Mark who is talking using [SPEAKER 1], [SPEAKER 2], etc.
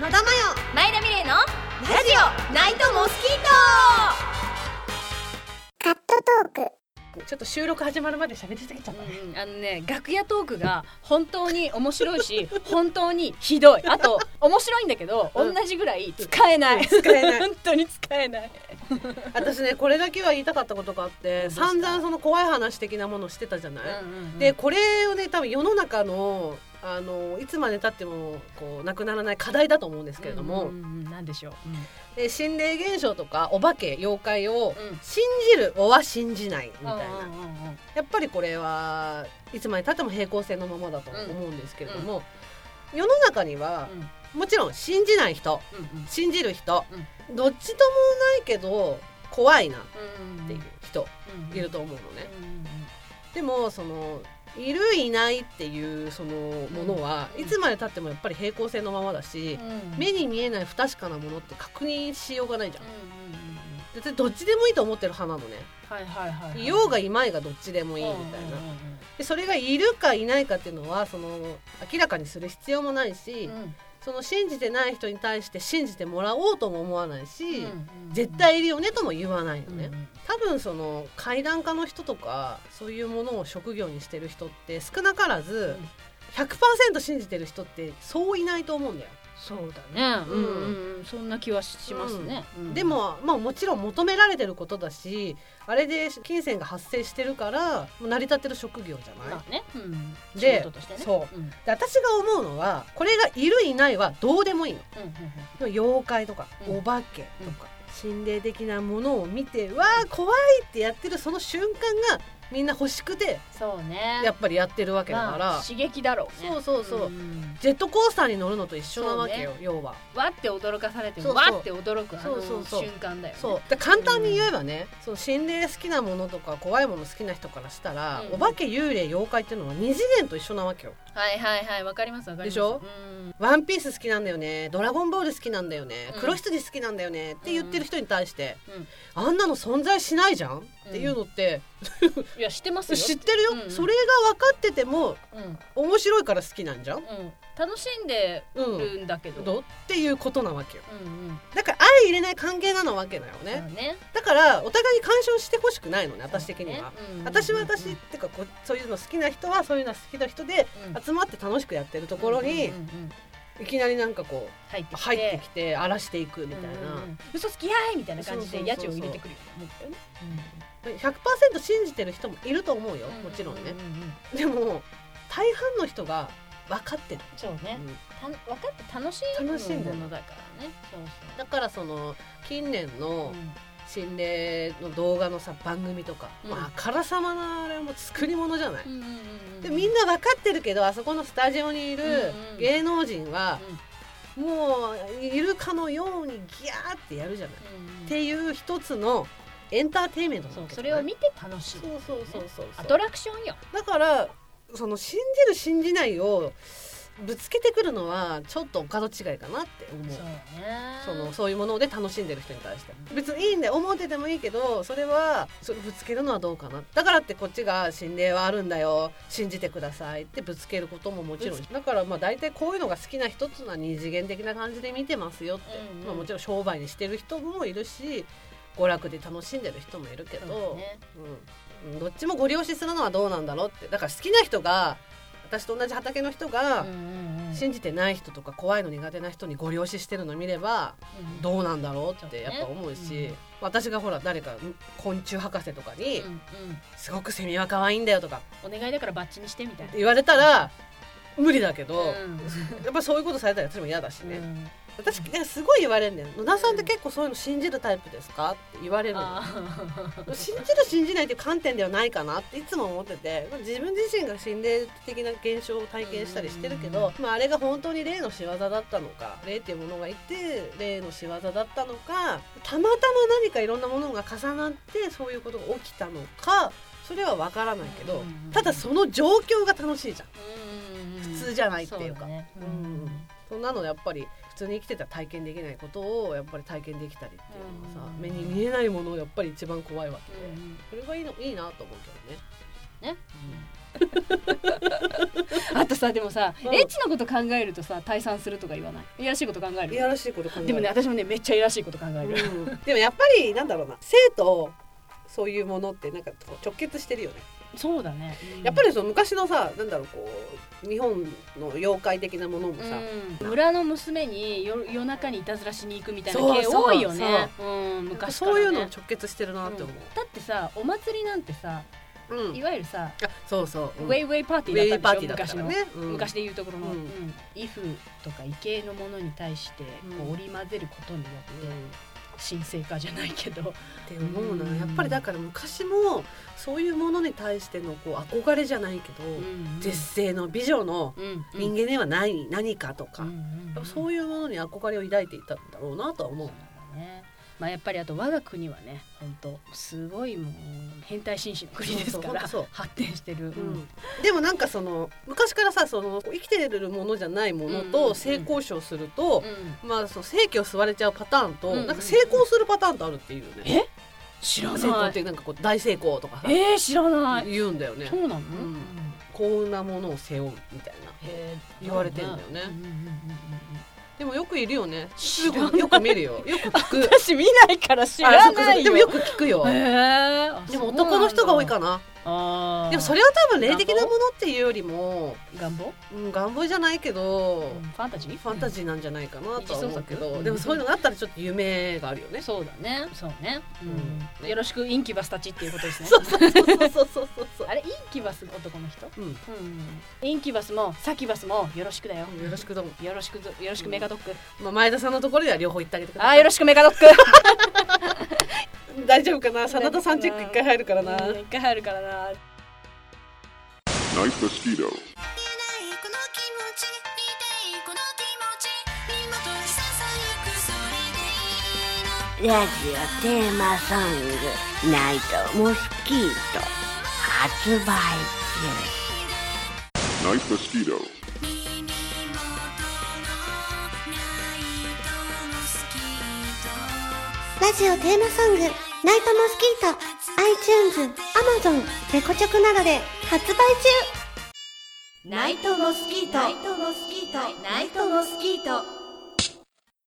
[SPEAKER 1] 野田真よ
[SPEAKER 2] 前田美玲のラジオナイトモスキー
[SPEAKER 3] カットトーク。
[SPEAKER 4] ちょっと収録始まるまで喋りすぎちゃったね。
[SPEAKER 2] ト、あのね楽屋トークが本当に面白いし 本当にひどいあと面白いんだけど、
[SPEAKER 4] うん
[SPEAKER 2] 同じぐらい使えない、
[SPEAKER 4] 使えない
[SPEAKER 2] 本当に使えない
[SPEAKER 4] 私ねこれだけは言いたかったことがあって
[SPEAKER 2] うした
[SPEAKER 4] 散々その怖い話的なものしてたじゃない、で
[SPEAKER 2] で
[SPEAKER 4] これをね多分世の中のあのいつまでたってもこうなくならない課題だと思うんですけれども、
[SPEAKER 2] うんうんうんなんでしょう、
[SPEAKER 4] で心霊現象とかお化け妖怪を
[SPEAKER 2] うん
[SPEAKER 4] 信じるおは信じないみた
[SPEAKER 2] う
[SPEAKER 4] いな、
[SPEAKER 2] んうんうんうん
[SPEAKER 4] やっぱりこれはいつまでたっても平行線のままだと思うんですけれども、世の中には
[SPEAKER 2] うん
[SPEAKER 4] もちろん信じない人
[SPEAKER 2] うんうん
[SPEAKER 4] 信じる人、どっちともないけど怖いなっていう人いると思うのね、でもそのいるいないっていうそのものは、
[SPEAKER 2] うん
[SPEAKER 4] いつまでたってもやっぱり平行線のままだし、目に見えない不確かなものって確認しようがないじゃん別にどっちでもいいと思ってる派なのね
[SPEAKER 2] はいはいはい
[SPEAKER 4] いようがいまいがどっちでもいいみたいなでそれがいるかいないかっていうのはその明らかにする必要もないし、その信じてない人に対して信じてもらおうとも思わないし、絶対いるよねとも言わないのね、多分その階段家の人とかそういうものを職業にしてる人って少なからず100%信じてる人ってそういないと思うんだよ、
[SPEAKER 2] そうだねうんうんうんそんな気はしますね
[SPEAKER 4] でも、まあ、もちろん求められてることだしあれで金銭が発生してるからもう成り立ってる職業じゃない、
[SPEAKER 2] まあねうん仕
[SPEAKER 4] で
[SPEAKER 2] 事としてね
[SPEAKER 4] そ
[SPEAKER 2] うんうん
[SPEAKER 4] で私が思うのはこれがいるいないはどうでもいいの
[SPEAKER 2] うん
[SPEAKER 4] でも妖怪とか
[SPEAKER 2] うん
[SPEAKER 4] お化けとか、心霊的なものを見てわあ怖いってやってるその瞬間がみんな欲しくて
[SPEAKER 2] そうね
[SPEAKER 4] やっぱりやってるわけだから、
[SPEAKER 2] まあ刺激だろうね
[SPEAKER 4] そうそうそうんジェットコースターに乗るのと一緒なわけよ、要は
[SPEAKER 2] わって驚かされて
[SPEAKER 4] そう
[SPEAKER 2] も
[SPEAKER 4] そう
[SPEAKER 2] わって驚くあ
[SPEAKER 4] そうそう
[SPEAKER 2] の
[SPEAKER 4] そう
[SPEAKER 2] 瞬間だよね
[SPEAKER 4] そうで簡単に言えばね、その心霊好きなものとか怖いもの好きな人からしたら、
[SPEAKER 2] うん
[SPEAKER 4] お化け幽霊妖怪っていうのは二次元と一緒なわけよ
[SPEAKER 2] はいはいはいわかりますわかります
[SPEAKER 4] でしょ
[SPEAKER 2] うん
[SPEAKER 4] ワンピース好きなんだよねドラゴンボール好きなんだよね、
[SPEAKER 2] うん
[SPEAKER 4] 黒羊好きなんだよねって言ってる人に対して、
[SPEAKER 2] うん
[SPEAKER 4] あんなの存在しないじゃんっていうのって、
[SPEAKER 2] いや知ってますよ
[SPEAKER 4] 知ってるよ、
[SPEAKER 2] うん
[SPEAKER 4] それが分かってても
[SPEAKER 2] うんうん
[SPEAKER 4] 面白いから好きなんじゃん、
[SPEAKER 2] 楽しんで
[SPEAKER 4] うん、
[SPEAKER 2] るんだけど
[SPEAKER 4] どうっていうことなわけよ
[SPEAKER 2] うんうん
[SPEAKER 4] だから相入れない関係なのわけだよね、
[SPEAKER 2] そうね
[SPEAKER 4] だからお互いに干渉してほしくないのね私的には、
[SPEAKER 2] そうねうん
[SPEAKER 4] 私は私、っていうかこうそういうの好きな人はそういうの好きな人で
[SPEAKER 2] うん
[SPEAKER 4] 集まって楽しくやってるところに、
[SPEAKER 2] うんうんうんうん
[SPEAKER 4] いきなりなんかこ
[SPEAKER 2] 入って
[SPEAKER 4] う
[SPEAKER 2] きて
[SPEAKER 4] 入ってきて荒らしていくみたいな、
[SPEAKER 2] うんうんうん嘘つきやいみたいな感じ
[SPEAKER 4] そ
[SPEAKER 2] で
[SPEAKER 4] うそう
[SPEAKER 2] 家
[SPEAKER 4] そうそう
[SPEAKER 2] 賃を入れてくるよね
[SPEAKER 4] 100%信じてる人もいると思うよ
[SPEAKER 2] うんうん
[SPEAKER 4] もちろんね
[SPEAKER 2] う、うう
[SPEAKER 4] でも大半の人が分かってる、
[SPEAKER 2] そうね
[SPEAKER 4] うん
[SPEAKER 2] た分かって楽し
[SPEAKER 4] 楽しん
[SPEAKER 2] い
[SPEAKER 4] で
[SPEAKER 2] も
[SPEAKER 4] る
[SPEAKER 2] のだからねそう
[SPEAKER 4] だからその近年
[SPEAKER 2] そう
[SPEAKER 4] の
[SPEAKER 2] うん
[SPEAKER 4] 心霊の動画のさ番組とか、
[SPEAKER 2] うん
[SPEAKER 4] まああからさまなあれはもう作り物じゃない、
[SPEAKER 2] うんうんうん
[SPEAKER 4] でみんな分かってるけどあそこのスタジオにいる
[SPEAKER 2] うんうん
[SPEAKER 4] 芸能人は、もういるかのようにギャーってやるじゃない、
[SPEAKER 2] うんうんうん
[SPEAKER 4] っていう一つのエンターテインメントな
[SPEAKER 2] そ
[SPEAKER 4] わ
[SPEAKER 2] う
[SPEAKER 4] け
[SPEAKER 2] そ
[SPEAKER 4] じ
[SPEAKER 2] れ
[SPEAKER 4] ゃな
[SPEAKER 2] を
[SPEAKER 4] い
[SPEAKER 2] 見て楽しい
[SPEAKER 4] そうそうそうそう
[SPEAKER 2] ア
[SPEAKER 4] そ
[SPEAKER 2] ト
[SPEAKER 4] う
[SPEAKER 2] ラクションよ
[SPEAKER 4] だからその信じる信じないをぶつけてくるのはちょっとお門違いかなって思う
[SPEAKER 2] そうね
[SPEAKER 4] そのそういうもので楽しんでる人に対して別にいいんだよ思っててもいいけどそれはそれぶつけるのはどうかなだからってこっちが心霊はあるんだよ信じてくださいってぶつけることももちろんだからまあ大体こういうのが好きな人っていうのは二次元的な感じで見てますよって、
[SPEAKER 2] うんうん
[SPEAKER 4] まあ、もちろん商売にしてる人もいるし娯楽で楽しんでる人もいるけ
[SPEAKER 2] そう
[SPEAKER 4] ど、
[SPEAKER 2] ね
[SPEAKER 4] うん、どっちもご了承するのはどうなんだろうってだから好きな人が私と同じ畑の人が、
[SPEAKER 2] うんうんうん
[SPEAKER 4] 信じてない人とか怖いの苦手な人にご了承してるの見れば
[SPEAKER 2] うん
[SPEAKER 4] どうなんだろうってやっぱ思うし、
[SPEAKER 2] うん
[SPEAKER 4] 私がほら誰かん昆虫博士とかに
[SPEAKER 2] うん
[SPEAKER 4] 「すごくセミは可愛いんだよ」とか
[SPEAKER 2] うんお願いだからバッチにしてみたいな
[SPEAKER 4] 言われたら無理だけど、
[SPEAKER 2] うん
[SPEAKER 4] やっぱそういうことされたら私も嫌だしね、
[SPEAKER 2] うん
[SPEAKER 4] 私なんかすごい言われるんだよ「野田さんって結構そういうの信じるタイプですか?」って言われるの。
[SPEAKER 2] あー
[SPEAKER 4] 信じる信じないっていう観点ではないかなっていつも思ってて自分自身が心霊的な現象を体験したりしてるけ
[SPEAKER 2] うんうん
[SPEAKER 4] ど、まあ、あれが本当に霊の仕業だったのか霊っていうものがいて霊の仕業だったのかたまたま何かいろんなものが重なってそういうことが起きたのかそれは分からないけど
[SPEAKER 2] うんうんうん
[SPEAKER 4] ただその状況が楽しいじゃん
[SPEAKER 2] うん
[SPEAKER 4] 普通じゃないっていう
[SPEAKER 2] そ
[SPEAKER 4] か
[SPEAKER 2] だね
[SPEAKER 4] うんそんなのやっぱり普通に生きてたら体験できないことをやっぱり体験できたりっていうのはさ
[SPEAKER 2] うん
[SPEAKER 4] 目に見えないものがやっぱり一番怖いわけ
[SPEAKER 2] うん
[SPEAKER 4] でそれがいいのいいなと思うけどね。
[SPEAKER 2] ねあとさでもさ、
[SPEAKER 4] うん
[SPEAKER 2] エッチなこと考えるとさ退散するとか言わないいやらしいこと考え
[SPEAKER 4] い
[SPEAKER 2] る
[SPEAKER 4] やらしいこと考える
[SPEAKER 2] でもね、私もねめっちゃいやらしいこと考え
[SPEAKER 4] う
[SPEAKER 2] る、
[SPEAKER 4] んでもやっぱりなんだろうな性とそういうものってなんかこう直結してるよね、
[SPEAKER 2] そうだね
[SPEAKER 4] やっぱ
[SPEAKER 2] り
[SPEAKER 4] りその昔のさなんだろうこう日本の妖怪的なものもさ、
[SPEAKER 2] うん村の娘に夜夜中にいたずらしに行くみたいな
[SPEAKER 4] そう
[SPEAKER 2] 系
[SPEAKER 4] そう
[SPEAKER 2] 多いよねうん
[SPEAKER 4] なんか
[SPEAKER 2] 昔から、
[SPEAKER 4] そ
[SPEAKER 2] ね、
[SPEAKER 4] ういうの直結してるなって思
[SPEAKER 2] だってさお祭りなんてさ
[SPEAKER 4] う、うん
[SPEAKER 2] いわゆるさ、
[SPEAKER 4] あそうそう、うん
[SPEAKER 2] ウェイウェイパーテ
[SPEAKER 4] ウ
[SPEAKER 2] ィ
[SPEAKER 4] ェイ
[SPEAKER 2] ーだ
[SPEAKER 4] パ
[SPEAKER 2] っ
[SPEAKER 4] ー
[SPEAKER 2] た
[SPEAKER 4] ティーだ
[SPEAKER 2] で
[SPEAKER 4] った
[SPEAKER 2] し
[SPEAKER 4] か
[SPEAKER 2] ょ、
[SPEAKER 4] ら
[SPEAKER 2] 昔の、
[SPEAKER 4] ね、うん
[SPEAKER 2] 昔で言うところの、
[SPEAKER 4] う
[SPEAKER 2] うんんイフとか異形のものに対して
[SPEAKER 4] うん
[SPEAKER 2] こう織り交ぜることによって、
[SPEAKER 4] うん
[SPEAKER 2] 神聖化じゃないけど
[SPEAKER 4] って思うな、
[SPEAKER 2] うん
[SPEAKER 4] やっぱりだから昔もそういうものに対してのこう憧れじゃないけど、絶世の美女の人間ではない、何かとか、やっぱそう
[SPEAKER 2] いう
[SPEAKER 4] いうものに憧れを抱いていたんだろうなとは思う。
[SPEAKER 2] ねまあやっぱりあと我が国はね本当すごいもう変態紳士の国ですか
[SPEAKER 4] そうそうほん
[SPEAKER 2] ら
[SPEAKER 4] とそう
[SPEAKER 2] 発展してる、
[SPEAKER 4] うんでもなんかその昔からさその生きてるものじゃない
[SPEAKER 2] う
[SPEAKER 4] もの
[SPEAKER 2] んうんう
[SPEAKER 4] と
[SPEAKER 2] ん
[SPEAKER 4] 性交渉すると、
[SPEAKER 2] うん
[SPEAKER 4] まあその性器を吸われちゃうパターンと、
[SPEAKER 2] うんうんうん
[SPEAKER 4] なんか成功するパターンとあるっていうね。
[SPEAKER 2] え知ら
[SPEAKER 4] 成功
[SPEAKER 2] な
[SPEAKER 4] っ
[SPEAKER 2] い
[SPEAKER 4] てなんかこう大成功とかさ、
[SPEAKER 2] えー、知らない
[SPEAKER 4] 言うんだよね
[SPEAKER 2] そ。うなの、
[SPEAKER 4] ん
[SPEAKER 2] うん
[SPEAKER 4] 幸運なものを背負うみたいな。
[SPEAKER 2] へー
[SPEAKER 4] 言われてんだよね
[SPEAKER 2] うんうんうんうんうん
[SPEAKER 4] でもよくいるよね。
[SPEAKER 2] 知ら
[SPEAKER 4] よくよく見るよ。よく聞く。
[SPEAKER 2] 私見ないから 知
[SPEAKER 4] あ
[SPEAKER 2] ら
[SPEAKER 4] そっかそ
[SPEAKER 2] な
[SPEAKER 4] っか
[SPEAKER 2] いよ
[SPEAKER 4] でもよく聞くよ
[SPEAKER 2] へ。えあ
[SPEAKER 4] でも
[SPEAKER 2] そうなんだ
[SPEAKER 4] 男の人が多いかな。
[SPEAKER 2] あ
[SPEAKER 4] でもそ
[SPEAKER 2] れ
[SPEAKER 4] れは多分霊的なものっていうよりも、
[SPEAKER 2] 願望、
[SPEAKER 4] うん、願望じゃないけど、
[SPEAKER 2] うんファンタジー
[SPEAKER 4] ファンタジーなんじゃないかなとは思うけ
[SPEAKER 2] 二次創
[SPEAKER 4] ど、
[SPEAKER 2] 作
[SPEAKER 4] でもそういうのがあったらちょっと夢があるよね。
[SPEAKER 2] そうだねそうね、
[SPEAKER 4] う
[SPEAKER 2] うんん、よろしくインキュバスたちっていうことですね
[SPEAKER 4] そうそうそうそうそうそうそう。
[SPEAKER 2] あれインキュバス男の人、
[SPEAKER 4] うん。
[SPEAKER 2] うん、インキュバスもサキュバスもよろしくだよ、
[SPEAKER 4] よろしくどうも。
[SPEAKER 2] よろしくぞよろしくメガドック、
[SPEAKER 4] まあ前田さんのところでは両方行ってあげてく
[SPEAKER 2] あ
[SPEAKER 4] ださ
[SPEAKER 2] ー
[SPEAKER 4] い。
[SPEAKER 2] よろしくメガドッ ク
[SPEAKER 4] 大丈夫かな。真田さんチェック一回入るからな。
[SPEAKER 2] うん一回入るからな
[SPEAKER 1] Night mosquito.
[SPEAKER 3] 言えないこの気持ち見たいこの気持ち身元にささやくそれでいいの
[SPEAKER 5] ラジオテーマソング「ナイトモスキート」発売中。
[SPEAKER 1] Night mosquito.
[SPEAKER 3] 耳元のナイトモスキー
[SPEAKER 6] ラジオテーマソング、ナイトモスキート、iTunes、Amazon、レコチョクなどで発売中
[SPEAKER 3] トナイトモスキートナイトモスキートナイトモスキート